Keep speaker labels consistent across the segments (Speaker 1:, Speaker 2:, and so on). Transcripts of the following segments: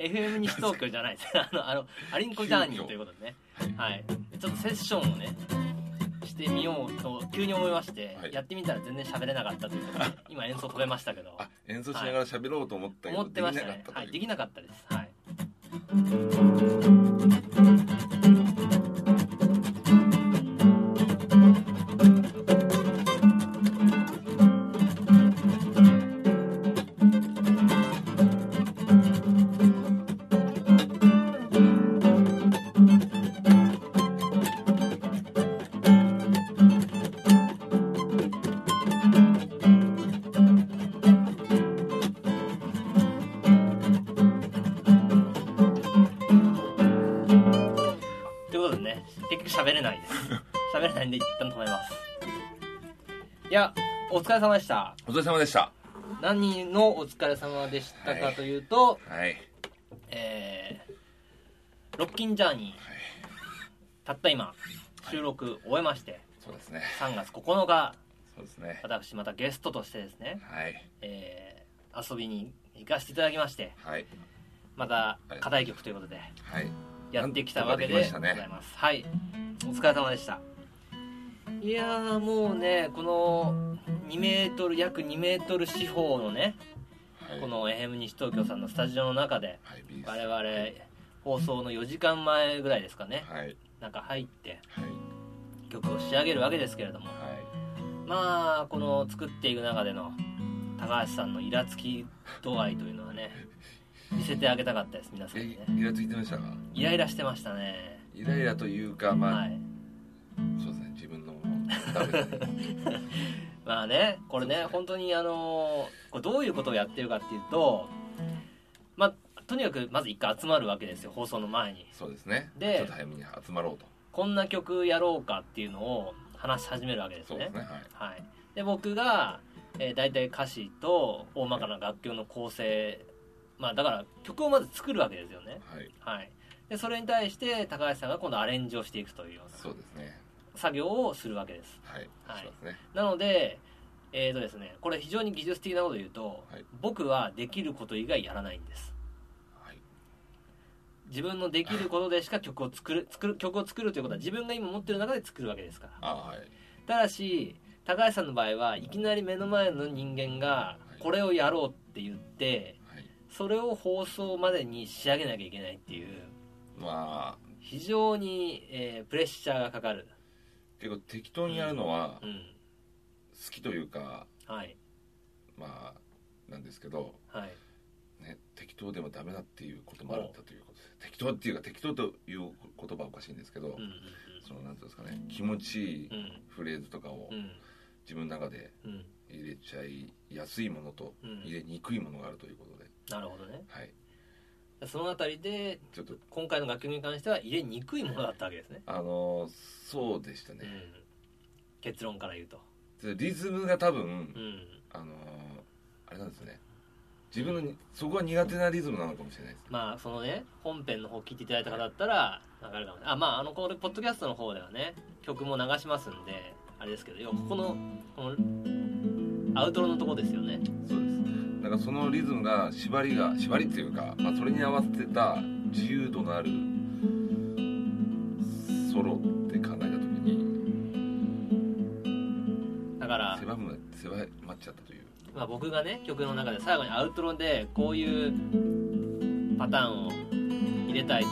Speaker 1: 宗教じゃないですあのあのアリンコジャーニーということでねはいちょっとセッションをねしてみようと急に思いまして、
Speaker 2: はい
Speaker 1: やってみたら全然喋れなかったということで今演奏止めましたけど
Speaker 2: あ演奏しながら喋ろうと思ったけど、
Speaker 1: 思ってました
Speaker 2: でき
Speaker 1: ね
Speaker 2: なかっ
Speaker 1: は
Speaker 2: たと
Speaker 1: い
Speaker 2: いう
Speaker 1: できなかったですはいということでね結局喋れないです喋れないんで一旦止めますいやお疲れ様でした
Speaker 2: お疲れ様でした
Speaker 1: 何のお疲れ様でした
Speaker 2: は
Speaker 1: か
Speaker 2: い
Speaker 1: というと、
Speaker 2: はい
Speaker 1: えーロッキンジャーニー、たった今収録終えまして、
Speaker 2: そうですね
Speaker 1: 3月9日
Speaker 2: そうですね
Speaker 1: 私またゲストとしてですね、
Speaker 2: はい
Speaker 1: えー遊びに行かせていただきまして
Speaker 2: はい
Speaker 1: また
Speaker 2: はい
Speaker 1: 課題曲ということで
Speaker 2: はい
Speaker 1: やってきたわけで
Speaker 2: な
Speaker 1: ご
Speaker 2: ん
Speaker 1: ざ
Speaker 2: と
Speaker 1: いま、
Speaker 2: かですきましたね
Speaker 1: はいお疲れ様でしたいやーもうねこの2メートル約2メートル四方のね、
Speaker 2: はい
Speaker 1: この FM 西東京さんのスタジオの中で
Speaker 2: はいビーズ
Speaker 1: 我々放送の4時間前ぐらいですかね
Speaker 2: はい
Speaker 1: なんか入って
Speaker 2: はい
Speaker 1: 曲を仕上げるわけですけれども
Speaker 2: はい
Speaker 1: まあこの作っていく中での高橋さんのイラつき度合いというのはね見せてあげたかったです皆さんにね
Speaker 2: えイラついてましたか
Speaker 1: イライラしてましたね
Speaker 2: イライラというかまあ、
Speaker 1: はい
Speaker 2: そうですね自分のダメです ね
Speaker 1: まあねこれ
Speaker 2: そう
Speaker 1: ね
Speaker 2: ですね
Speaker 1: 本当にあのこれどういうことをやってるかっていうとまあとにかくまず一回集まるわけですよ放送の前に
Speaker 2: そうですね
Speaker 1: で
Speaker 2: ちょっと早めに集まろうと
Speaker 1: こんな曲やろうかっていうのを話し始めるわけです
Speaker 2: そう
Speaker 1: ね
Speaker 2: ですねはい
Speaker 1: はい、で僕が、えー、大体歌詞と大まかな楽曲の構成、まあ、だから曲をまず作るわけですよね、
Speaker 2: はい
Speaker 1: はい、でそれに対して高橋さんが今度アレンジをしていくというような
Speaker 2: そうですね
Speaker 1: 作業をするわけです
Speaker 2: はい、
Speaker 1: はい
Speaker 2: そうですね
Speaker 1: なのでえーとですね、これ非常に技術的なことを言うと、
Speaker 2: はい
Speaker 1: 僕はできること以外やらないんです
Speaker 2: はい
Speaker 1: 自分のできることでしか曲を作る作る曲を作るということは自分が今持ってる中で作るわけですから
Speaker 2: あはい
Speaker 1: ただし高橋さんの場合はいきなり目の前の人間が
Speaker 2: い
Speaker 1: これをやろうって言って
Speaker 2: はい
Speaker 1: それを放送までに仕上げなきゃいけないっていう
Speaker 2: まあ
Speaker 1: 非常に、えープレッシャーがかかる
Speaker 2: 結構適当にやるのは
Speaker 1: う
Speaker 2: 好
Speaker 1: ん
Speaker 2: きというか、
Speaker 1: はい
Speaker 2: まあなんですけど
Speaker 1: はい
Speaker 2: ね、適当でもダメだっていうこともあるんだということです適当っていうか適当という言葉はおかしいんですけど、
Speaker 1: うんうん
Speaker 2: そのなんていうんですかね気持ちいい
Speaker 1: うん
Speaker 2: フレーズとかを
Speaker 1: うんうん
Speaker 2: 自分の中で
Speaker 1: うん
Speaker 2: 入れちゃいやすいものと
Speaker 1: うん
Speaker 2: 入れにくいものがあるということで、
Speaker 1: なるほどね
Speaker 2: はい
Speaker 1: そのあたりで
Speaker 2: ちょっと
Speaker 1: 今回の楽曲に関しては入れにくいものだったわけですね、
Speaker 2: あのーそうでした
Speaker 1: う
Speaker 2: ね、
Speaker 1: ん、結論から言うと
Speaker 2: リズムが多分、
Speaker 1: うん
Speaker 2: あのーあれなんですね自分のにそこは苦手なリズムなのかもしれないです
Speaker 1: まあそのね本編の方聞いていただいた方だったらわかるかもねあまああのこれポッドキャストの方ではね曲も流しますんであれですけどよここのこのアウトロのとこですよね
Speaker 2: そうですだからそのリズムが縛りが縛りっていうか、まあ、それに合わせた自由度のあるソロって考えた時に
Speaker 1: だから、
Speaker 2: 狭む狭まっちゃったという
Speaker 1: まあ、僕がね曲の中で最後にアウトロでこういうパターンを入れたいと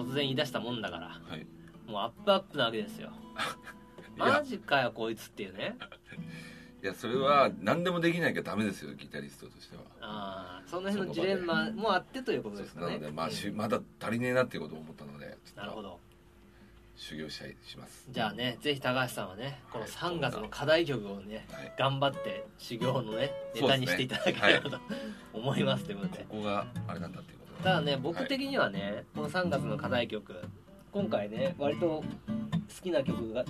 Speaker 1: 突然言い出したもんだから
Speaker 2: はい
Speaker 1: もうアップアップなわけですよ
Speaker 2: いや
Speaker 1: マジかよこいつっていうね
Speaker 2: いやそれは何でもできなきゃダメですよギタリストとしては
Speaker 1: ああその辺のジレンマもあってということ
Speaker 2: そう
Speaker 1: で
Speaker 2: ですす
Speaker 1: かね
Speaker 2: なので、まあ、し
Speaker 1: うん
Speaker 2: まだ足りねえなっていうことを思ったのでちょ
Speaker 1: なる
Speaker 2: っ
Speaker 1: ほ
Speaker 2: と
Speaker 1: ど
Speaker 2: 修行したりします
Speaker 1: じゃあねぜひ高橋さんはねこの
Speaker 2: はい
Speaker 1: 3月の課題曲をね
Speaker 2: はい
Speaker 1: 頑張って修行のねネ
Speaker 2: そうで
Speaker 1: タに
Speaker 2: すね
Speaker 1: していただければと思いますということ
Speaker 2: こ
Speaker 1: で
Speaker 2: こがあれなんだっていうこと
Speaker 1: た
Speaker 2: で
Speaker 1: だね僕的にはねこの3月の課題曲今回ね割と好きな曲が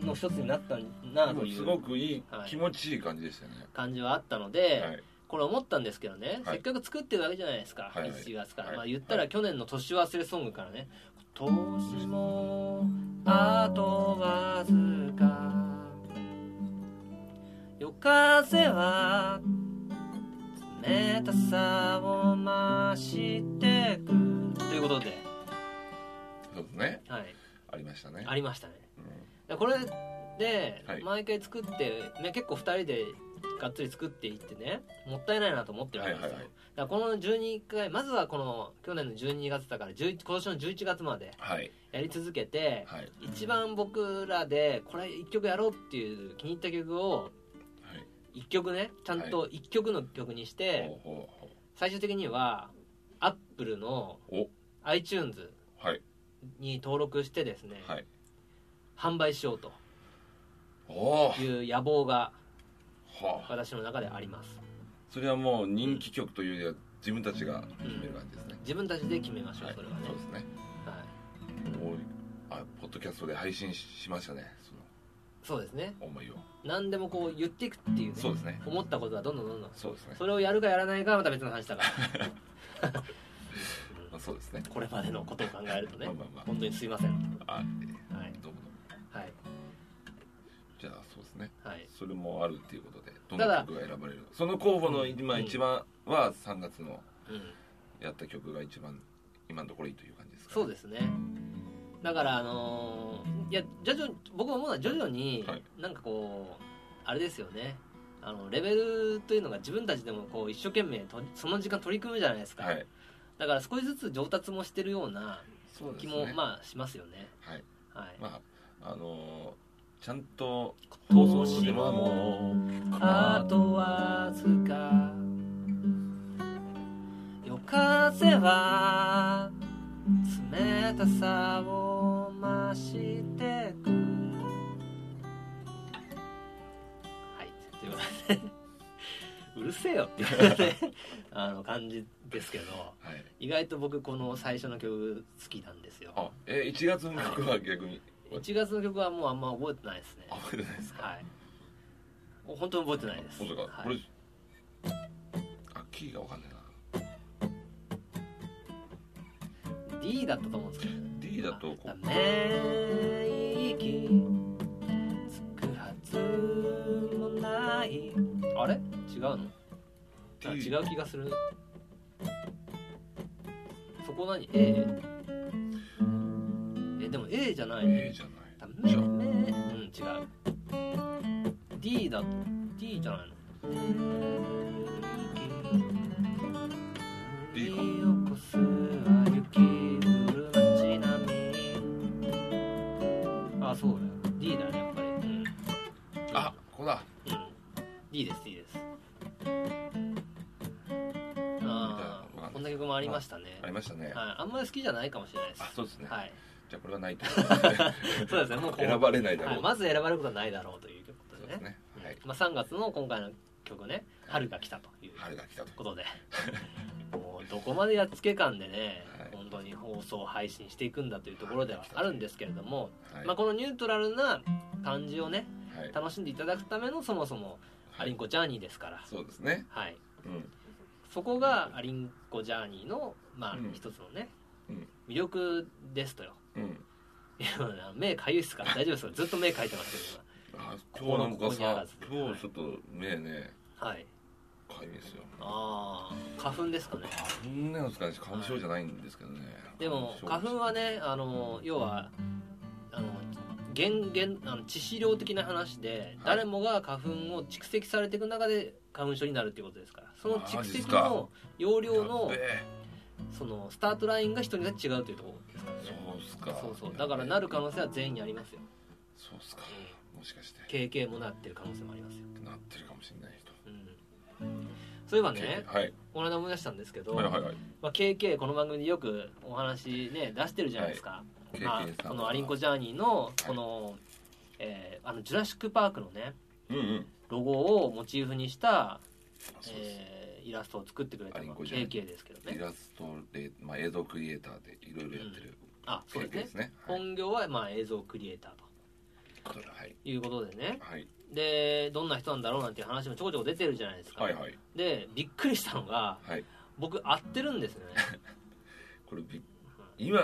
Speaker 1: の一つになったなとい
Speaker 2: すご
Speaker 1: う
Speaker 2: くいい
Speaker 1: はい
Speaker 2: 気持ちいい感じでしたね、
Speaker 1: 感じはあったので、
Speaker 2: はい
Speaker 1: これ思ったんですけどね、
Speaker 2: はい
Speaker 1: せっかく作ってるわけじゃないですか、
Speaker 2: はい
Speaker 1: 1月から、
Speaker 2: はい
Speaker 1: まあ、言った
Speaker 2: は
Speaker 1: ら去年の年忘れソングからね「今年もあとわずか」「夜風は冷たさを増してくということで、
Speaker 2: そうですね
Speaker 1: はい、
Speaker 2: ありましたね
Speaker 1: ありましたね
Speaker 2: うん
Speaker 1: でこれで
Speaker 2: はい
Speaker 1: 毎回作って、ね、結構2人でがっつり作っていってねもったいないなと思ってるわけですよ、
Speaker 2: はいはいはい
Speaker 1: だからこの12回まずはこの去年の12月だから11今年の11月まで
Speaker 2: はい
Speaker 1: やり続けて、
Speaker 2: はいはい
Speaker 1: 一番僕らでこれ1曲やろうっていう気に入った曲を1曲ねちゃんと1曲の曲にして、
Speaker 2: ほうほうほ
Speaker 1: 最終的にはアップルの
Speaker 2: お
Speaker 1: iTunes
Speaker 2: うはい
Speaker 1: に登録してですね、
Speaker 2: はい
Speaker 1: 販売しようと
Speaker 2: おおー
Speaker 1: いう野望が
Speaker 2: はあ
Speaker 1: 私の中であります
Speaker 2: それはもう人気曲というよりは自分たちが決める感じですね、
Speaker 1: 自分たちで決めましょう、
Speaker 2: はい
Speaker 1: それはね
Speaker 2: そうですね
Speaker 1: はい、
Speaker 2: もうあポッドキャストで配信ししましたねそ
Speaker 1: そうですね
Speaker 2: の思いを
Speaker 1: 何でもこう言っていくっていうね
Speaker 2: そうですね
Speaker 1: 思ったことはどんどんどんどん
Speaker 2: そうですね
Speaker 1: それをやるかやらないかはまた別の話 だから
Speaker 2: まあそうですね
Speaker 1: これまでのことを考えるとね
Speaker 2: まあまあま
Speaker 1: 本当にすいません
Speaker 2: ああえー
Speaker 1: はい
Speaker 2: どうもどうも
Speaker 1: はい
Speaker 2: じゃあそうですね
Speaker 1: はい
Speaker 2: それもあるっていうことでど
Speaker 1: た
Speaker 2: の
Speaker 1: だ
Speaker 2: 曲が選ばれるのその候補の今
Speaker 1: うん
Speaker 2: 一番は3月の
Speaker 1: うん
Speaker 2: やった曲が一番今のところいいという感じですか、
Speaker 1: そう
Speaker 2: で
Speaker 1: ですねだからあのーいや徐々に僕思うのは徐々に
Speaker 2: はい
Speaker 1: なんかこうあれですよねあのレベルというのが自分たちでもこう一生懸命とその時間取り組むじゃないですか、
Speaker 2: はい
Speaker 1: だから少しずつ上達もしてるような
Speaker 2: そうです
Speaker 1: 気
Speaker 2: ね
Speaker 1: も、まあしますよね
Speaker 2: はい
Speaker 1: はい、
Speaker 2: まああのーちゃんと
Speaker 1: 今
Speaker 2: 放
Speaker 1: 年も
Speaker 2: 送してももう
Speaker 1: あとわずか夜風は冷たさを増してくはいということで うるせえよっていう ねあの感じですけど
Speaker 2: はい
Speaker 1: 意外と僕この最初の曲好きなんですよ
Speaker 2: あえー、1月の曲は逆に
Speaker 1: 1月の曲はもうあんま覚えてないですね
Speaker 2: あ覚えてないですか
Speaker 1: はいお本当に覚えてないです
Speaker 2: 本当か、
Speaker 1: はい
Speaker 2: これあキーがわかんないな
Speaker 1: D だったと思うんですけど、ね、
Speaker 2: D だとこう
Speaker 1: 免疫つくはずもないあれ違うのあ
Speaker 2: D
Speaker 1: 違う気がするそこ何 A えでも A じゃない
Speaker 2: A じゃ
Speaker 1: だ
Speaker 2: ない
Speaker 1: め
Speaker 2: じ
Speaker 1: め
Speaker 2: ゃ
Speaker 1: うん違う D だ D じゃないの
Speaker 2: D か
Speaker 1: を越すは雪降る街並みあそうだよ D だねやっぱりうん、
Speaker 2: あここだ
Speaker 1: うん、D です D ですあ
Speaker 2: みたいなのがある
Speaker 1: あ
Speaker 2: んです
Speaker 1: こんな曲もありましたね
Speaker 2: ありましたね、
Speaker 1: はい、あんまり好きじゃないかもしれないです
Speaker 2: あそうですね、
Speaker 1: はい
Speaker 2: じゃあこれはないという ことで
Speaker 1: そうですねもうこう
Speaker 2: 選ばれないだろう、
Speaker 1: はい、まず選ばれることはないだろうということ
Speaker 2: そう
Speaker 1: で
Speaker 2: で
Speaker 1: ね
Speaker 2: すねはい
Speaker 1: まあ、3月の今回の曲ね「春が来た」という
Speaker 2: 春が来たと
Speaker 1: こと でもうどこまでやっつけ感でね、
Speaker 2: はい
Speaker 1: 本当に放送配信していくんだというところではあるんですけれども、
Speaker 2: はい、
Speaker 1: まあ、このニュートラルな感じをね
Speaker 2: はい
Speaker 1: 楽しんでいただくためのそもそもアリンコジャーニーですから、
Speaker 2: そうですね
Speaker 1: はい、
Speaker 2: うん
Speaker 1: そこがアリンコジャーニーの、まあ
Speaker 2: うん、
Speaker 1: 一つのね、
Speaker 2: うん
Speaker 1: 魅力ですとよ。
Speaker 2: うん
Speaker 1: いや目かゆいっすから大丈夫ですかずっと目かいてますけど
Speaker 2: あ
Speaker 1: こ
Speaker 2: 今
Speaker 1: こ
Speaker 2: 日な
Speaker 1: の
Speaker 2: んか
Speaker 1: ここにあ
Speaker 2: さ
Speaker 1: らず
Speaker 2: 今日ちょっと目ね
Speaker 1: 今はい
Speaker 2: かゆいですよ
Speaker 1: ああ花粉ですかね
Speaker 2: そんなの使うし花粉症じゃないんですけどね
Speaker 1: でも花粉はねあの要はあの原原あの致死量的な話で、
Speaker 2: はい
Speaker 1: 誰もが花粉を蓄積されていく中で花粉症になるっていうことですからその
Speaker 2: マ
Speaker 1: 蓄
Speaker 2: ジっす
Speaker 1: 積
Speaker 2: か
Speaker 1: の容量
Speaker 2: や
Speaker 1: の
Speaker 2: っべえ
Speaker 1: そのスタートラインが人によって違うというところですからね
Speaker 2: そうっすか
Speaker 1: そうそうだからなる可能性は全員にありますよ
Speaker 2: そうっすかもしかして
Speaker 1: 経験もなってる可能性もありますよ、
Speaker 2: なってるかもしれない人
Speaker 1: うん、そういえばね
Speaker 2: はい
Speaker 1: この間思い出したんですけど、
Speaker 2: はいはいはい
Speaker 1: まあ、KK この番組でよくお話ね出してるじゃないですか、
Speaker 2: 経
Speaker 1: ま
Speaker 2: 験
Speaker 1: あ、
Speaker 2: さん
Speaker 1: このアリンコジャーニーのこの、えーあのジュラシック・パークのね
Speaker 2: うんうん
Speaker 1: ロゴをモチーフにした、
Speaker 2: そうです
Speaker 1: えーイラストを作ってくれた
Speaker 2: アリ
Speaker 1: の
Speaker 2: ン
Speaker 1: が
Speaker 2: コジャーニ
Speaker 1: KK ですけど
Speaker 2: イ
Speaker 1: ね
Speaker 2: ラストレまあ映像クリエイターでいろいろやってる
Speaker 1: あそう
Speaker 2: 経
Speaker 1: ですね
Speaker 2: 験ですねはい
Speaker 1: 本業はまあ映像クリエイターと
Speaker 2: はい
Speaker 1: いうことでね
Speaker 2: はい
Speaker 1: でどんな人なんだろうなんていう話もちょこちょこ出てるじゃないですか、
Speaker 2: はいはい
Speaker 1: でびっくりしたのが
Speaker 2: はい
Speaker 1: 僕合ってるんですね
Speaker 2: これびっ今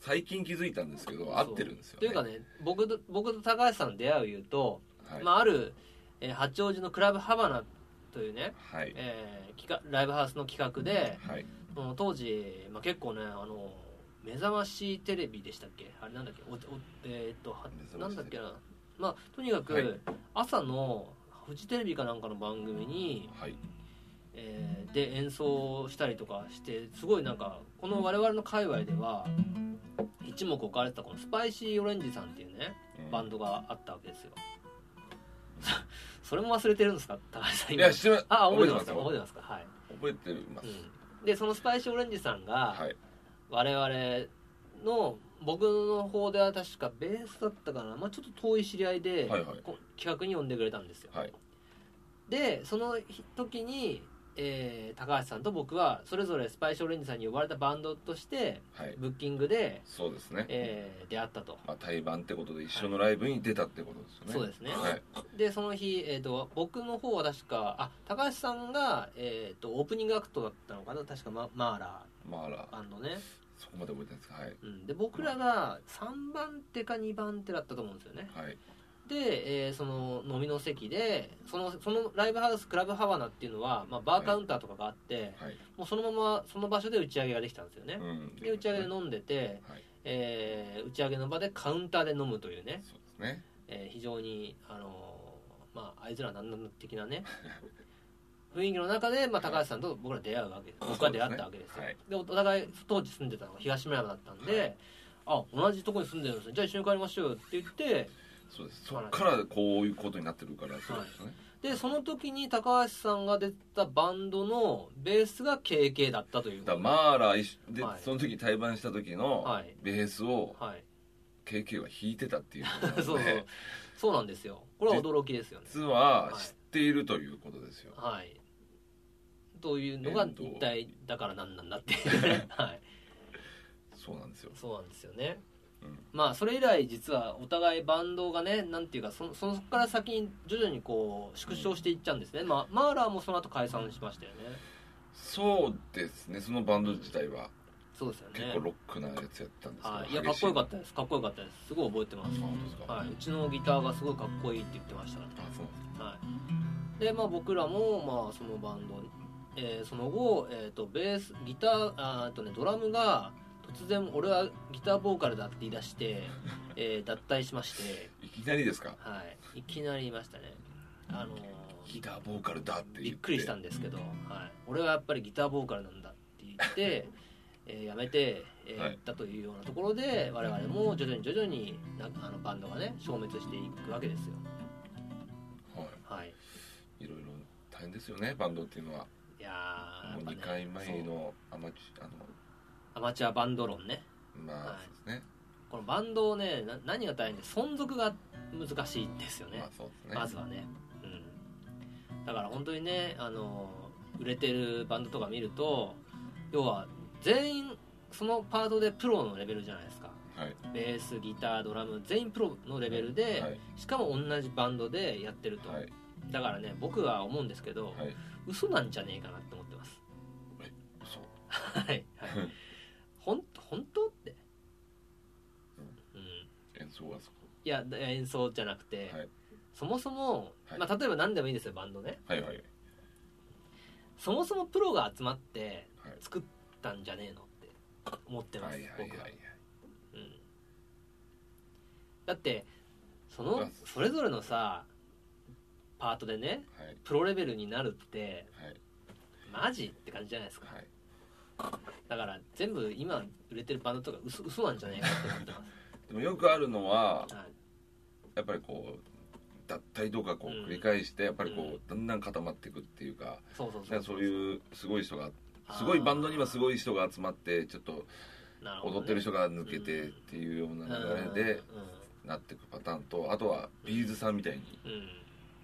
Speaker 2: 最近気づいたんですけど合ってるんですよ
Speaker 1: というか
Speaker 2: ね
Speaker 1: ね僕と僕と高橋さんの出会いを言うと、
Speaker 2: はい
Speaker 1: まあ、ある、えー八王子のクラブハバナというね、
Speaker 2: はい
Speaker 1: えー企画ライブハウスの企画で
Speaker 2: はい
Speaker 1: その当時、まあ、結構ねあの目覚ましテレビでしたっけあれなんだっけおおえーっとは
Speaker 2: 目覚
Speaker 1: な
Speaker 2: ま
Speaker 1: ん
Speaker 2: し
Speaker 1: だっ
Speaker 2: テ
Speaker 1: け
Speaker 2: レビ
Speaker 1: なまあとにかく、
Speaker 2: はい
Speaker 1: 朝のフジテレビかなんかの番組に、
Speaker 2: はい
Speaker 1: えーで演奏したりとかしてすごいなんかこの我々の界隈では一目置かれてたこのスパイシーオレンジさんっていうね
Speaker 2: うん
Speaker 1: バンドがあったわけですよ そそれも忘れてるんですか高橋さん
Speaker 2: い
Speaker 1: 今
Speaker 2: や知ってま
Speaker 1: あ覚えてま
Speaker 2: ますす
Speaker 1: か覚えてますかはい、
Speaker 2: 覚えてます
Speaker 1: うん、でそのスパイシーオレンジさんが、
Speaker 2: はい
Speaker 1: 我々の僕の方では確かベースだったかな、まあ、ちょっと遠い知り合いで、
Speaker 2: はいはい
Speaker 1: こ企画に呼んでくれたんですよ、
Speaker 2: はい
Speaker 1: でその時に、えー高橋さんと僕はそれぞれスパイシーオレンジさんに呼ばれたバンドとして
Speaker 2: はい
Speaker 1: ブッキングで、
Speaker 2: そうですね
Speaker 1: えー出会ったと
Speaker 2: まあ対バンってことで一緒のライブに出たってことですよね
Speaker 1: そうですね
Speaker 2: はい
Speaker 1: でその日、えー、と僕の方は確かあ高橋さんが、えー、とオープニングアクトだったのかな確かママーラ
Speaker 2: まああら
Speaker 1: ーバンドね、
Speaker 2: そこまで覚えてないですかはい
Speaker 1: うん、で僕らが3番手か2番手だったと思うんですよね
Speaker 2: はい
Speaker 1: で、えーその飲みの席でそのそのライブハウスクラブハワナっていうのは、まあ、バーカウンターとかがあって、
Speaker 2: はい
Speaker 1: もうそのままその場所で打ち上げができたんですよね、
Speaker 2: うん
Speaker 1: で打ち上げで飲んでて、
Speaker 2: はい
Speaker 1: えー打ち上げの場でカウンターで飲むというね、
Speaker 2: そうですね
Speaker 1: えー非常にあのーまああいつらなんなん的な ね雰囲気の中で、まあ、高橋さんと僕ら出会うわけです僕は出会ったわけですよ
Speaker 2: そう
Speaker 1: で,、
Speaker 2: ですね
Speaker 1: お互い当時住んでたのが東村山だったんで、あ同じとこに住んでるんですねじゃあ一緒に帰りましょうよって言って
Speaker 2: そうですそっからこういうことになってるからそうですね
Speaker 1: でその時に高橋さんが出てたバンドのベースが KK だったという
Speaker 2: だからマーラー一緒で
Speaker 1: はい
Speaker 2: その時に対バンした時
Speaker 1: は
Speaker 2: の
Speaker 1: い
Speaker 2: ベースを
Speaker 1: はい
Speaker 2: KK は弾いてたっていうことなの
Speaker 1: そ
Speaker 2: で
Speaker 1: う そうそうなんですよこれは驚きですよね
Speaker 2: 実は知っているということですよ
Speaker 1: はいというのが
Speaker 2: 遠藤
Speaker 1: 一体だから何なんだっていうね はい
Speaker 2: そうなんですよ
Speaker 1: そうなんですよね
Speaker 2: うん
Speaker 1: まあそれ以来実はお互いバンドがねなんていうかそそのそこから先に徐々にこう縮小していっちゃうんですね、まあ、マーラーもその後解散しましたよね
Speaker 2: そうですねそのバンド自体は
Speaker 1: そうですよ
Speaker 2: 結構
Speaker 1: ね
Speaker 2: ロックなやつやったんですけど
Speaker 1: はいいやかっこよか
Speaker 2: っ
Speaker 1: ったですかっこよかったですすごい覚えてま
Speaker 2: た
Speaker 1: す
Speaker 2: そうなんですか、
Speaker 1: はい、
Speaker 2: あ
Speaker 1: うちのギターがすごいかっこいいって言ってましたね、
Speaker 2: そうなんです
Speaker 1: はい、でまあ僕らも、まあ、そのバンド、えーその後、えー、とベースギターあーあと、ね、ドラムが突然俺はギターボーカルだって言い出 して、えー脱退しまして、
Speaker 2: いきなりですか
Speaker 1: はい、いきなり言いましたねあのー
Speaker 2: ギターボーカルだって言って
Speaker 1: びっくりしたんですけど、はい、俺はやっぱりギターボーカルなんだって言って、 えーやめて、えー
Speaker 2: はい
Speaker 1: やったというようなところで我々も徐々に徐々になあのバンドがね消滅していくわけですよ
Speaker 2: は
Speaker 1: はい
Speaker 2: いいろいろ大変ですよねバンドっていうのはい
Speaker 1: やー
Speaker 2: もう
Speaker 1: やっぱ
Speaker 2: 2
Speaker 1: ね
Speaker 2: 回前
Speaker 1: そう
Speaker 2: のアマチュあ
Speaker 1: アマチュアバンド論ね
Speaker 2: のま
Speaker 1: は
Speaker 2: あ
Speaker 1: い
Speaker 2: そうですね、
Speaker 1: このバンドをねな何が大変で存続が難しいんですよね
Speaker 2: まあそうですね
Speaker 1: まずはね、うん、だから本当にねあの売れてるバンドとか見ると要は全員そのパートでプロのレベルじゃないですか
Speaker 2: はい
Speaker 1: ベースギタードラム全員プロのレベルで、
Speaker 2: はい
Speaker 1: しかも同じバンドでやってると、
Speaker 2: はい
Speaker 1: だからね僕は思うんですけど、
Speaker 2: はい
Speaker 1: 嘘なんじゃねえかなって思ってます
Speaker 2: そう
Speaker 1: はいはいほん本当ってうん
Speaker 2: 演奏はそこ
Speaker 1: いやだ演奏じゃなくて、
Speaker 2: はい
Speaker 1: そもそも、
Speaker 2: はい
Speaker 1: まあ、例えば何でもいいですよバンドね
Speaker 2: はいはいはい
Speaker 1: そもそもプロが集まって作ったんじゃねえのって思ってます、
Speaker 2: はいはい
Speaker 1: 僕は
Speaker 2: はい、
Speaker 1: うん、だってその
Speaker 2: あ
Speaker 1: それぞれのさパートでね
Speaker 2: はい
Speaker 1: プロレベルになるって
Speaker 2: はい
Speaker 1: マジって感じじゃないですか
Speaker 2: はい
Speaker 1: だから全部今売れてるバンドとか嘘嘘なんじゃねえかって思ってま
Speaker 2: でもよくあるのは
Speaker 1: す、はい、
Speaker 2: やっぱりこう脱退とかこ
Speaker 1: うん
Speaker 2: う繰り返してやっぱりこう、
Speaker 1: うん
Speaker 2: だんだん固まっていくっていうか
Speaker 1: そうそうそ
Speaker 2: なん
Speaker 1: う
Speaker 2: かそういうすごい人が
Speaker 1: あー
Speaker 2: すごいバンドにはすごい人が集まってちょっと
Speaker 1: なるほどね
Speaker 2: 踊ってる人が抜けてっていうような流れでなっていくパターンとあとはビーズさんみたいに
Speaker 1: うんうん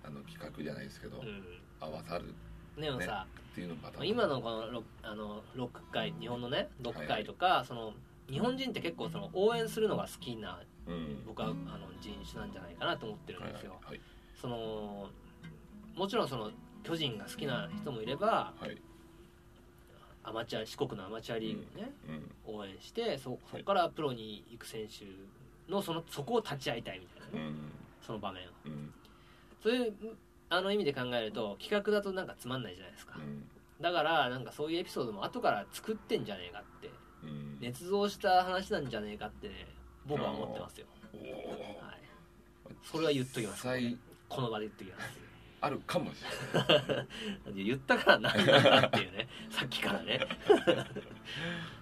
Speaker 2: あの企画じゃないですけど
Speaker 1: うんうん
Speaker 2: 合わさるっ
Speaker 1: でもさ、
Speaker 2: ていうのパターン
Speaker 1: 今のこのロあのロック界日本のねロック界とか、その日本人って結構その応援するのが好きな
Speaker 2: うん
Speaker 1: 僕はあの人種なんじゃないかなと思ってるん
Speaker 2: はい
Speaker 1: で
Speaker 2: はい
Speaker 1: すよ、
Speaker 2: はい
Speaker 1: そのもちろんその巨人が好きな人もいれば
Speaker 2: はい
Speaker 1: アマチュア四国のアマチュアリーグをね、
Speaker 2: うん
Speaker 1: 応援してそそこからプロに行く選手のそのそこを立ち会いたいみたいな
Speaker 2: う
Speaker 1: ね、
Speaker 2: ん
Speaker 1: その場面を
Speaker 2: うん
Speaker 1: そういうあの意味で考えると企画だとなんかつまんないじゃないですか、
Speaker 2: うん
Speaker 1: だからなんかそういうエピソードも後から作ってんじゃねえかって
Speaker 2: うん
Speaker 1: 捏造した話なんじゃねえかってね僕は思ってますよ、
Speaker 2: お
Speaker 1: は
Speaker 2: ー
Speaker 1: い、それは言っときます
Speaker 2: 実際
Speaker 1: この場で言っときます
Speaker 2: あるかもしれない
Speaker 1: 言ったからなんなんだっていう ねさっきからね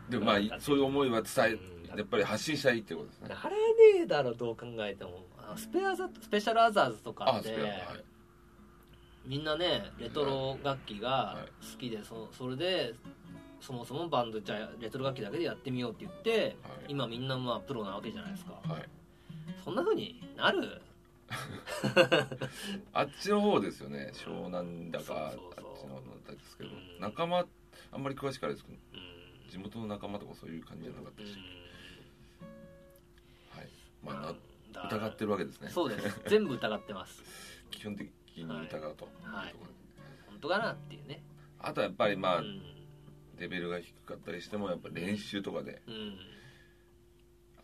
Speaker 2: でもまあいそういう思いは伝
Speaker 1: うん
Speaker 2: えやっぱり発信したいってことですね
Speaker 1: あれねえだろどう考えてもあのスペアザスペシャルアザーズとか
Speaker 2: あ
Speaker 1: っ
Speaker 2: ス
Speaker 1: て
Speaker 2: ペアはい
Speaker 1: みんなねレトロ楽器が好きでそそれでそもそもバンドじゃあレトロ楽器だけでやってみようって言って
Speaker 2: はい
Speaker 1: 今みんなまあプロなわけじゃないですか
Speaker 2: はい
Speaker 1: そんな風になる
Speaker 2: あっちの方ですよね湘南だかあっ
Speaker 1: そうそうそう
Speaker 2: ちの方だったんですけど
Speaker 1: うん
Speaker 2: 仲間あんまり詳しくあれですけど
Speaker 1: うん
Speaker 2: 地元の仲間とかそういう感じじゃなかったしはいまあ
Speaker 1: だ
Speaker 2: な疑ってるわけですね
Speaker 1: そうです全部疑って ます
Speaker 2: 基本的に疑うというところ
Speaker 1: はい本当かなっていうね
Speaker 2: あとはやっぱりま
Speaker 1: う
Speaker 2: あ
Speaker 1: ん
Speaker 2: レベルが低かったりしてもやっぱ練習とかで
Speaker 1: うん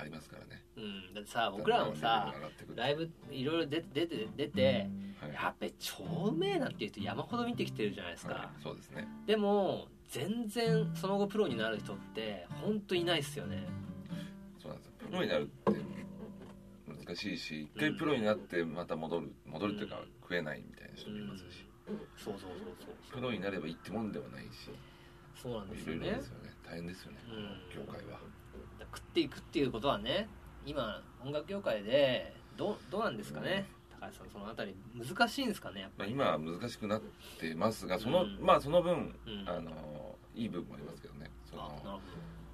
Speaker 2: ありますからね
Speaker 1: うんだってさ僕らも
Speaker 2: だん
Speaker 1: さ
Speaker 2: だんレベルが上がってくる
Speaker 1: ライブいろいろ出て出て出て
Speaker 2: はい
Speaker 1: やっべ超うめえなっていう人山ほど見てきてるじゃないですか、
Speaker 2: はいそうですね
Speaker 1: でも全然その後プロになる人って本当いないっすよね
Speaker 2: そうなんですよプロになるって難しいし一回プロになってまた戻る戻るっていうか
Speaker 1: うん
Speaker 2: 食えないみたいな人もいますし
Speaker 1: そうそうそうそう
Speaker 2: プロになればいいってもんでもないし
Speaker 1: そうなんです
Speaker 2: いろ
Speaker 1: よ
Speaker 2: いろ
Speaker 1: ね
Speaker 2: ですよね大変ですよね
Speaker 1: うん
Speaker 2: 業界は
Speaker 1: 食っていくっていうことはね今音楽業界でどうどうなんですかね、高橋さんそのあたり難しいんですかねやっぱ
Speaker 2: まあ
Speaker 1: り、
Speaker 2: 今は難しくなってますがその
Speaker 1: うん
Speaker 2: まあその分
Speaker 1: うん
Speaker 2: あのいい部分もありますけどねそ
Speaker 1: あな
Speaker 2: の
Speaker 1: るほ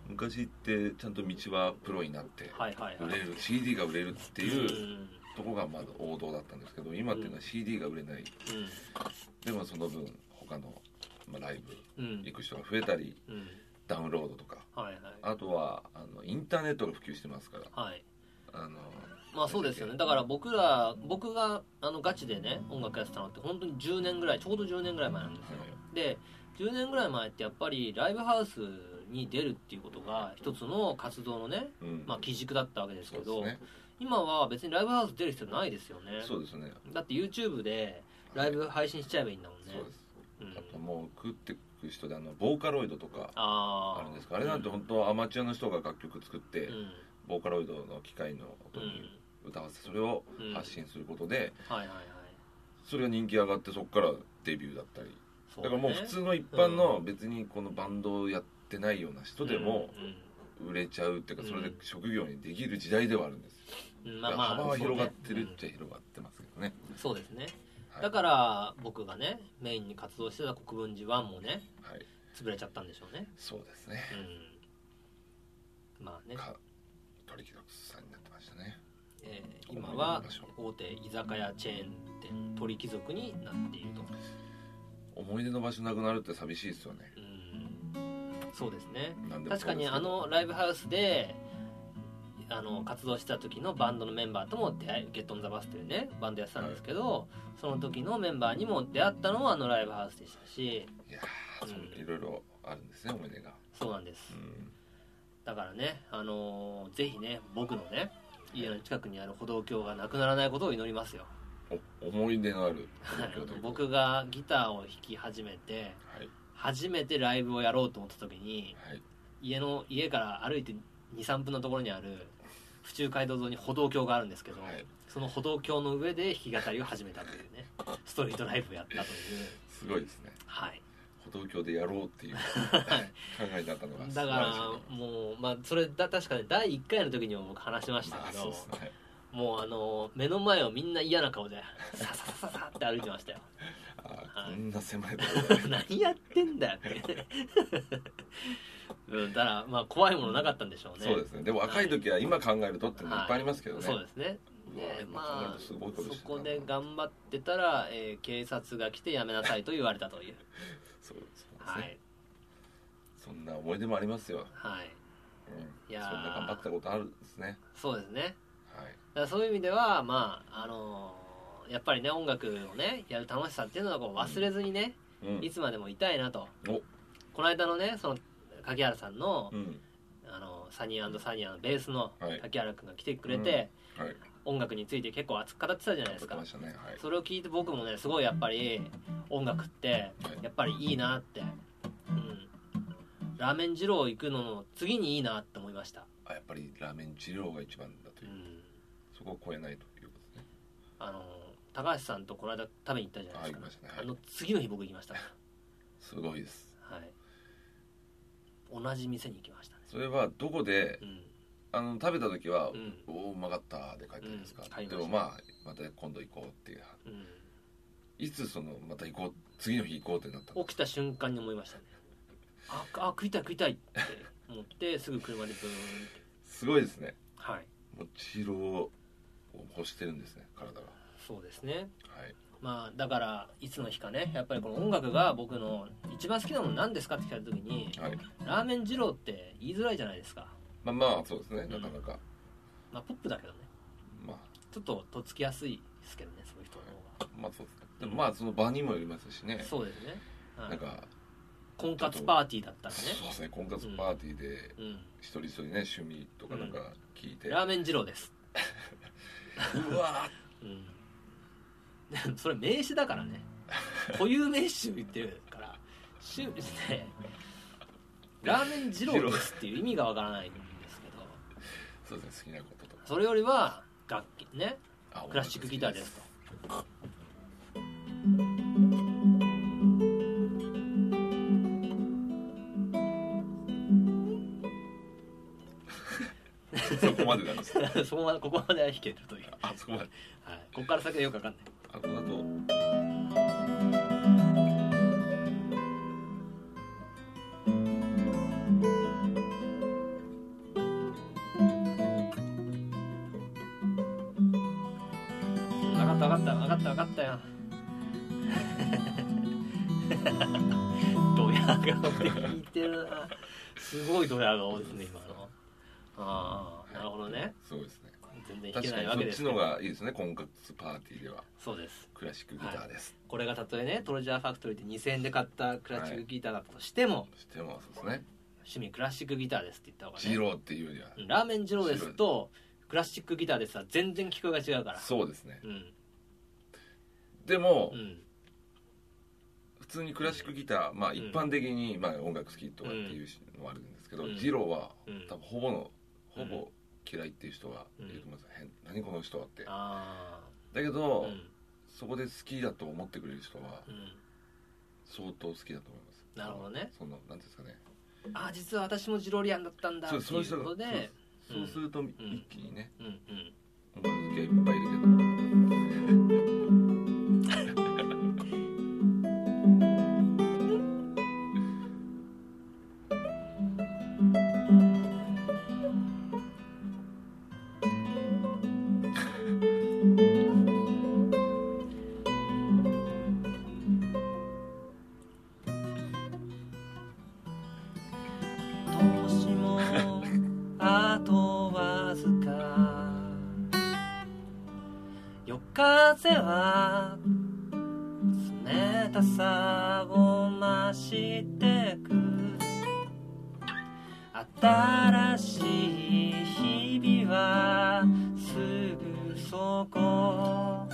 Speaker 2: 昔ってちゃんと道はプロになって
Speaker 1: どはいはいはい
Speaker 2: 売れる CD が売れるっていう
Speaker 1: うん
Speaker 2: とこがまず王道だったんですけど今っていうのは CD が売れないでもその分他のまあライブ
Speaker 1: うんうん
Speaker 2: 行く人が増えたり
Speaker 1: うん
Speaker 2: ダウンロードとか
Speaker 1: はいはい
Speaker 2: あとはあのインターネットが普及してますから
Speaker 1: はい
Speaker 2: あの
Speaker 1: まあそうですよねだから僕ら僕があのガチでね音楽やってたのって本当に10年ぐらいちょうど10年ぐらい前なんですよで10年ぐらい前ってやっぱりライブハウスに出るっていうことが一つの活動のね、
Speaker 2: うん
Speaker 1: まあ、基軸だったわけですけ
Speaker 2: そう
Speaker 1: ど
Speaker 2: ですね
Speaker 1: 今は別にライブハウス出る必要ないですよね
Speaker 2: そうですね
Speaker 1: だって YouTube でライブ配信しちゃえばいいんだもんね
Speaker 2: そうです
Speaker 1: うん
Speaker 2: あともう食ってく人であのボーカロイドとか
Speaker 1: あ
Speaker 2: あ
Speaker 1: ー
Speaker 2: るんですかあれなんて本当アマチュアの人が楽曲作って
Speaker 1: うん
Speaker 2: ボーカロイドの機械の
Speaker 1: う
Speaker 2: 音
Speaker 1: ん、
Speaker 2: に歌わせてそれを
Speaker 1: うん
Speaker 2: 発信することで
Speaker 1: はいはいはい
Speaker 2: それが人気上がってそこからデビューだったり
Speaker 1: そ
Speaker 2: だ
Speaker 1: ね
Speaker 2: からもう普通の一般の別にこのバンドをやってないような人でも売れちゃうっていうかそれで職業にできる時代ではあるんです
Speaker 1: うん、うんうんまあまあ
Speaker 2: 幅は広がってるっ
Speaker 1: そうね
Speaker 2: ちゃ広がってますけどね
Speaker 1: うんそうですね
Speaker 2: はい
Speaker 1: だから僕がねメインに活動してた国分寺1もね
Speaker 2: はい
Speaker 1: 潰れちゃったんでしょうね
Speaker 2: そうですね
Speaker 1: うんまあね
Speaker 2: か鳥貴族さんになってましたね
Speaker 1: えー今は
Speaker 2: 思い出しましょ
Speaker 1: 大手居酒屋チェーン店鳥貴族になっていると
Speaker 2: 思い出の場所なくなるって寂しいですよね
Speaker 1: うんそうですね
Speaker 2: 何でも
Speaker 1: 確か
Speaker 2: そうですけど
Speaker 1: にあのライブハウスであの活動してた時のバンドのメンバーとも出会いゲット・オン・ザ・バスというねバンドやってたんですけど、その時のメンバーにも出会ったのはあのライブハウスでしたし
Speaker 2: いやーそう
Speaker 1: うん
Speaker 2: いろいろあるんですね思い出が
Speaker 1: そうなんです
Speaker 2: うん
Speaker 1: だからねあのーぜひね僕のね家の近くにある歩道橋がなくならないことを祈りますよ
Speaker 2: お思い出のある
Speaker 1: はい
Speaker 2: 東京ということで
Speaker 1: 僕がギターを弾き始めて
Speaker 2: はい
Speaker 1: 初めてライブをやろうと思った時に
Speaker 2: はい
Speaker 1: 家の家から歩いて23分のところにある府中街道沿いに歩道橋があるんですけど、
Speaker 2: はい
Speaker 1: その歩道橋の上で弾き語りを始めたという ねストリートライブをやったという
Speaker 2: すごいですね
Speaker 1: はい
Speaker 2: 歩道橋でやろうっていう考えになったのが素
Speaker 1: だ
Speaker 2: 晴らしいと
Speaker 1: から
Speaker 2: 思います
Speaker 1: もうまあそれだ確かに第1回の時にも僕話しました
Speaker 2: まあ
Speaker 1: け
Speaker 2: そ
Speaker 1: ど、
Speaker 2: うですね
Speaker 1: もうあの目の前をみんな嫌な顔でさささささって歩いてましたよ
Speaker 2: あ
Speaker 1: は
Speaker 2: ー
Speaker 1: い
Speaker 2: こんな狭いところで
Speaker 1: 何やってんだよって うんだからまあ怖いものなかったんでしょうね
Speaker 2: そうですねでも若い時は今考えるとっていうのもいっぱいありますけど
Speaker 1: は
Speaker 2: ね
Speaker 1: いそうですね
Speaker 2: うわ
Speaker 1: で
Speaker 2: 今考え
Speaker 1: ま
Speaker 2: る
Speaker 1: あ
Speaker 2: とすごいことして
Speaker 1: そ
Speaker 2: たな
Speaker 1: こで頑張ってたら、えー警察が来てやめなさいと言われたという
Speaker 2: そうそうです
Speaker 1: は
Speaker 2: ね
Speaker 1: い
Speaker 2: そんな思い出もありますよ、
Speaker 1: はい
Speaker 2: うん、
Speaker 1: いやー
Speaker 2: そんな頑張ったことあるんですね
Speaker 1: そうですね
Speaker 2: は
Speaker 1: だ
Speaker 2: い
Speaker 1: からそういう意味ではまああのーやっぱりね音楽をねやる楽しさっていうのはこう忘れずにね、
Speaker 2: うん
Speaker 1: いつまでもいたいなと
Speaker 2: お
Speaker 1: この間のねその柿原さんの
Speaker 2: うん
Speaker 1: あののサニーサニーのベースの
Speaker 2: はい
Speaker 1: 竹原君が来てくれて、
Speaker 2: はい
Speaker 1: 音楽について結構熱く語ってたじゃないで
Speaker 2: や
Speaker 1: す
Speaker 2: って
Speaker 1: か
Speaker 2: ましたねはい
Speaker 1: それを聞いて僕もねすごいやっぱり音楽って
Speaker 2: はい
Speaker 1: やっぱりいいなって、うん、ラーメン二郎行くのの次にいいなって思いました、
Speaker 2: あやっぱりラーメン治療が一番だと
Speaker 1: う、
Speaker 2: いうんそこを超えないということですね
Speaker 1: あの高橋さんとこの間食べに行ったじゃない
Speaker 2: あ
Speaker 1: で
Speaker 2: 行
Speaker 1: す
Speaker 2: き
Speaker 1: か、
Speaker 2: ましたねは
Speaker 1: あ
Speaker 2: い
Speaker 1: の次の日僕行きましたか
Speaker 2: すごいです
Speaker 1: ら、はい、同じ店に行きましたね
Speaker 2: それはどこで
Speaker 1: うん
Speaker 2: あの食べた時は
Speaker 1: うん
Speaker 2: 「おおうまかった」で帰ったじゃないですか
Speaker 1: うん帰りまし
Speaker 2: で
Speaker 1: た
Speaker 2: もまあまた今度行こうっていう
Speaker 1: うん
Speaker 2: いつそのまた行こう次の日行こうってなったの
Speaker 1: 起きた瞬間に思いましたねああ食いたい食いたいって思ってすぐ車でブーンって
Speaker 2: すごいですね
Speaker 1: はい
Speaker 2: もう治療を欲してるんですね体が
Speaker 1: そうですね
Speaker 2: はい
Speaker 1: まあだからいつの日かねやっぱりこの音楽が僕の一番好きなもの何ですかって聞かれた時に
Speaker 2: はい
Speaker 1: ラーメン二郎って言いづらいじゃないですか
Speaker 2: まあまあそうですねなかなか
Speaker 1: まあポップだけどね
Speaker 2: まあ
Speaker 1: ちょっととっつきやすいですけどねそういう人の方
Speaker 2: まあそうですねでもまあその場にもよりますしね
Speaker 1: がそうですね、は
Speaker 2: なん
Speaker 1: い、
Speaker 2: か
Speaker 1: 婚活パーティーだったらね
Speaker 2: そうですね婚活パーティーで
Speaker 1: うん
Speaker 2: 一人一人ね趣味とかなんか聞いて
Speaker 1: ラーメン二郎です
Speaker 2: うわ
Speaker 1: うんで もそれ名詞だからね固有名詞を言ってるから趣味ねラーメン二郎ですっていう意味がわからないんですけど
Speaker 2: ーそうですね好きなこととか
Speaker 1: それよりは楽器ね
Speaker 2: あ
Speaker 1: クラシックギターですと
Speaker 2: そこまでなんで す
Speaker 1: そこまでここまでは弾けるという、
Speaker 2: あそこまで
Speaker 1: はい、ここから先はよくわかんない
Speaker 2: あこの後
Speaker 1: 分かった分かった分かった分かったよ ドヤ顔で弾いてるなすごいドヤ顔ですね今のああなるほどね
Speaker 2: そうですね
Speaker 1: 全然弾け
Speaker 2: 確か
Speaker 1: ないわ
Speaker 2: に
Speaker 1: け
Speaker 2: そっ
Speaker 1: です
Speaker 2: ち
Speaker 1: け
Speaker 2: の
Speaker 1: ど
Speaker 2: 方がいいですね婚活パーティーでは
Speaker 1: そうです
Speaker 2: クラシックギターです、
Speaker 1: これがたとえねトレジャーファクトリーで2000円で買ったクラシックギターだとしても、
Speaker 2: そしてまあそうですね
Speaker 1: 趣味クラシックギターですって言った方が
Speaker 2: ジ
Speaker 1: ね
Speaker 2: ローっていうよりは、
Speaker 1: うんラーメン二郎ですとクラシックギターですは全然聞こえが違うから
Speaker 2: そうですね
Speaker 1: うん
Speaker 2: でも、
Speaker 1: うん
Speaker 2: 普通にクラシックギターまあ
Speaker 1: ん
Speaker 2: 一般的に、まあ、音楽好きとかっていうのもあるんですけど、
Speaker 1: うん
Speaker 2: ジローは、
Speaker 1: うん
Speaker 2: 多分ほぼの
Speaker 1: う
Speaker 2: ほ
Speaker 1: ん
Speaker 2: ぼ嫌いっていう人がいると思います、変何この人はってだ
Speaker 1: あ
Speaker 2: け
Speaker 1: あ
Speaker 2: ど、
Speaker 1: うん
Speaker 2: そこで好きだと思ってくれる人は
Speaker 1: うん
Speaker 2: 相当好きだと思います
Speaker 1: なるほどね
Speaker 2: そのなんていうんですかね
Speaker 1: あ実は私もジロリアンだったんだって
Speaker 2: そ
Speaker 1: いう
Speaker 2: そういう人
Speaker 1: う
Speaker 2: が
Speaker 1: ことで
Speaker 2: そうそうすると一気にね、
Speaker 1: うんうん
Speaker 2: 音楽好きがいっぱいいるけど
Speaker 1: 年もあとわずか夜風は冷たさを増してく新しい日々はすぐそこ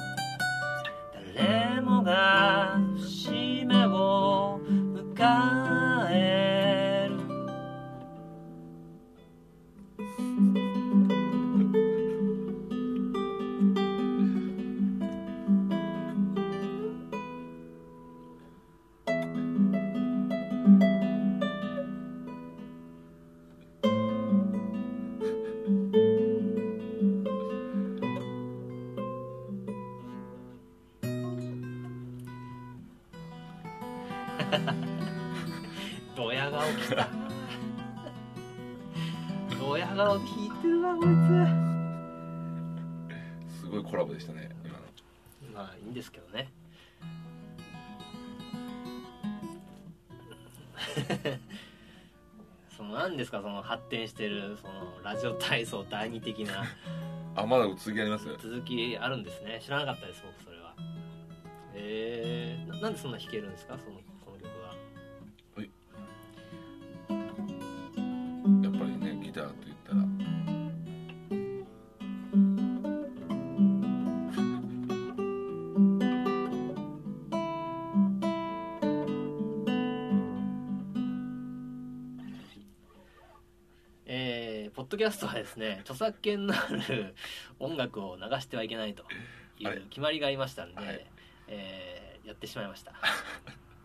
Speaker 1: 誰もが節目を迎えるドヤ顔きたドヤ顔で弾いてるなこい
Speaker 2: すごいコラボでしたね今の
Speaker 1: つまあいいんですけどね その何ですかその発展してるそのラジオ体操第二的な
Speaker 2: あまだ続きあります
Speaker 1: 続きあるんですね知らなかったです僕それはえー、ななんでそんな弾けるんですかそのこの曲は
Speaker 2: やっぱりねギターとい
Speaker 1: ーポッドキャストはです ね著作権のある音楽を流してはいけないとい
Speaker 2: あれ
Speaker 1: う決まりがありましたんで、
Speaker 2: はい
Speaker 1: えーやってしまいま した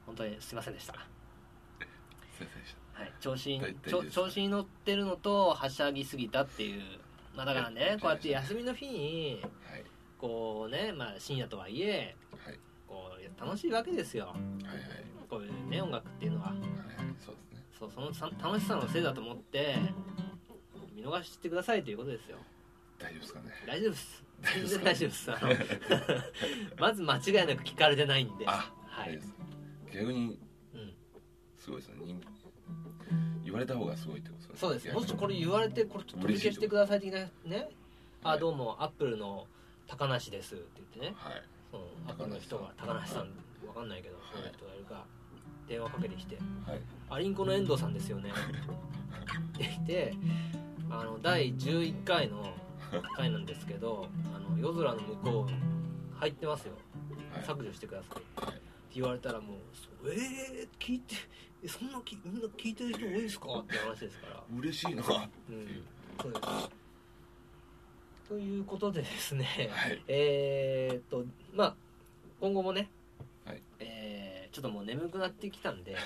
Speaker 1: 本当にすいませんでした、
Speaker 2: すいませんでし
Speaker 1: はい、調子に
Speaker 2: 大体です
Speaker 1: ちょ調子に乗ってるのとはしゃぎすぎたっていう、まあ、だから
Speaker 2: は
Speaker 1: ね
Speaker 2: い
Speaker 1: こうやって休みの日に
Speaker 2: たはい
Speaker 1: こうね、まあ、深夜とはいえ
Speaker 2: はい
Speaker 1: こう楽しいわけですよ
Speaker 2: はいはい
Speaker 1: こういうね音楽っていうのは
Speaker 2: はいはいそうですね
Speaker 1: そうそのさ楽しさのせいだと思って見逃してくださいということですよ
Speaker 2: 大丈夫ですかね
Speaker 1: 大丈夫です
Speaker 2: 大丈夫
Speaker 1: 全
Speaker 2: です
Speaker 1: 然
Speaker 2: か
Speaker 1: 大丈夫ですあ のまず間違いなく聞かれてないんで
Speaker 2: あ
Speaker 1: はい
Speaker 2: 大丈夫、です逆に
Speaker 1: うん、
Speaker 2: すごいですね人言われた方がすごいってことね
Speaker 1: そうです
Speaker 2: 逆
Speaker 1: も
Speaker 2: に
Speaker 1: しこれ言われてこれちょっと取り消してください的なね
Speaker 2: は
Speaker 1: あ
Speaker 2: い
Speaker 1: どうもアップルの高梨ですって言ってね
Speaker 2: はい
Speaker 1: そのアップルの人が高梨さんわかんないけどその人がいるか電話かけてきて
Speaker 2: はい
Speaker 1: アリンコの遠藤さんですよね」って言ってあの第11回の回なんですけど「あの夜空の向こう入ってますよ
Speaker 2: はい
Speaker 1: 削除してください」
Speaker 2: はい
Speaker 1: って言われたらもう「ええー、聞いてえそんなきみんな聞いてる人多いんですか?」って話です から。
Speaker 2: 嬉しいなは
Speaker 1: うん、そうですということでですね、
Speaker 2: はい
Speaker 1: えーっとまあ今後もね、
Speaker 2: はい
Speaker 1: えーちょっともう眠くなってきたん であ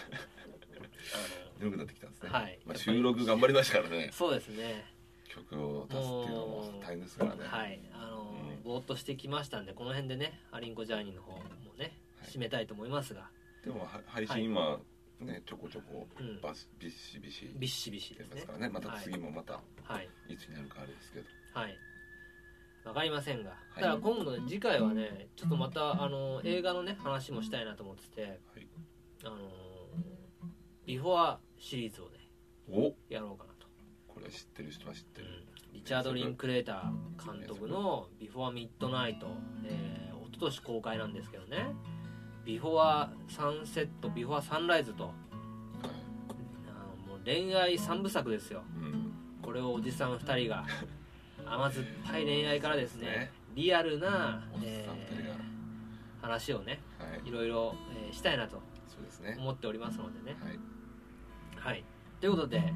Speaker 2: 良くなってきたんですね、
Speaker 1: はい
Speaker 2: まあ、収録頑張りましたからね
Speaker 1: のそうですね
Speaker 2: 曲を出すっていうのも大変ですからね
Speaker 1: はいあの、
Speaker 2: うん
Speaker 1: ぼーっとしてきましたんでこの辺でね「アリンコジャーニー」の方もね
Speaker 2: はい
Speaker 1: 締めたいと思いますが、
Speaker 2: でもは配信今、ねちょこちょこ
Speaker 1: うん、
Speaker 2: バシビシビシ
Speaker 1: びっしびし
Speaker 2: や
Speaker 1: で
Speaker 2: り
Speaker 1: すね
Speaker 2: ますからねまた
Speaker 1: はい
Speaker 2: 次もまた
Speaker 1: はい
Speaker 2: いつになるかあれですけど
Speaker 1: はいわかりませんが、
Speaker 2: い
Speaker 1: ただ今度ね次回はねちょっとまたあの映画のね話もしたいなと思ってて、
Speaker 2: はい
Speaker 1: あのービフォアシリーズをね
Speaker 2: お
Speaker 1: やろうかなと、
Speaker 2: これ知ってる人は知ってる、
Speaker 1: リチャード・リンクレーター監督の「ビフォア・ミッドナイト」えー、一昨年公開なんですけどねビフォア・サンセットビフォア・サンライズと
Speaker 2: はい
Speaker 1: あのもう恋愛三部作ですよ
Speaker 2: うん、
Speaker 1: これをおじさん2人 が甘酸っぱい恋愛からですね
Speaker 2: そうですね
Speaker 1: リアルな、
Speaker 2: おっさん二人が
Speaker 1: えー話をね
Speaker 2: はい
Speaker 1: いろいろ、えーしたいなと
Speaker 2: そうですね
Speaker 1: 思っておりますのでね
Speaker 2: はい
Speaker 1: はい。ということで、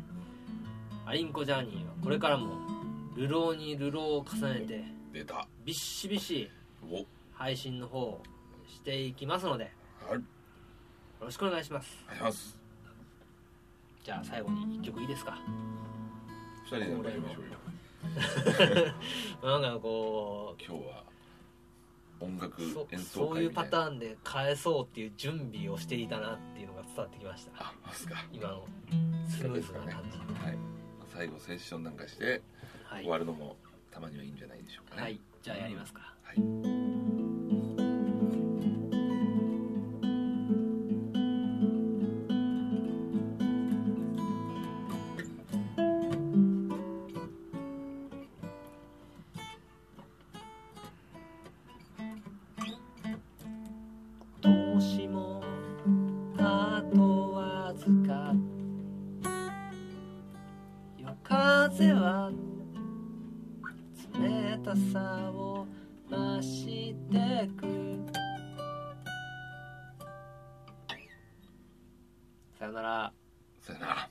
Speaker 1: アリンコジャーニーはこれからも、流浪に流浪を重ねて、
Speaker 2: 出た
Speaker 1: ビッシビシ
Speaker 2: おはい
Speaker 1: 配信の方をしていきますので、よ
Speaker 2: あり
Speaker 1: ろしくお願いします。
Speaker 2: がとうございます
Speaker 1: じゃあ最後に一曲いいですか。
Speaker 2: 二人で頑張りましょうよ
Speaker 1: なんかこ
Speaker 2: 今日は音楽
Speaker 1: う、そ
Speaker 2: 演奏
Speaker 1: そう
Speaker 2: 会
Speaker 1: い
Speaker 2: み
Speaker 1: うパ
Speaker 2: たいな
Speaker 1: ターンで返そうっていう準備をしていたなっていうのが伝わってきました。
Speaker 2: あますか
Speaker 1: 今のスムーズな感じ。
Speaker 2: はい最後セッションなんかして
Speaker 1: は
Speaker 2: 終わるのもたまにはいいんじゃないでしょうかね
Speaker 1: はい。じゃあやりますか。
Speaker 2: はい
Speaker 1: 年もあとわずか夜風は冷たさを増してくさよなら
Speaker 2: さよなら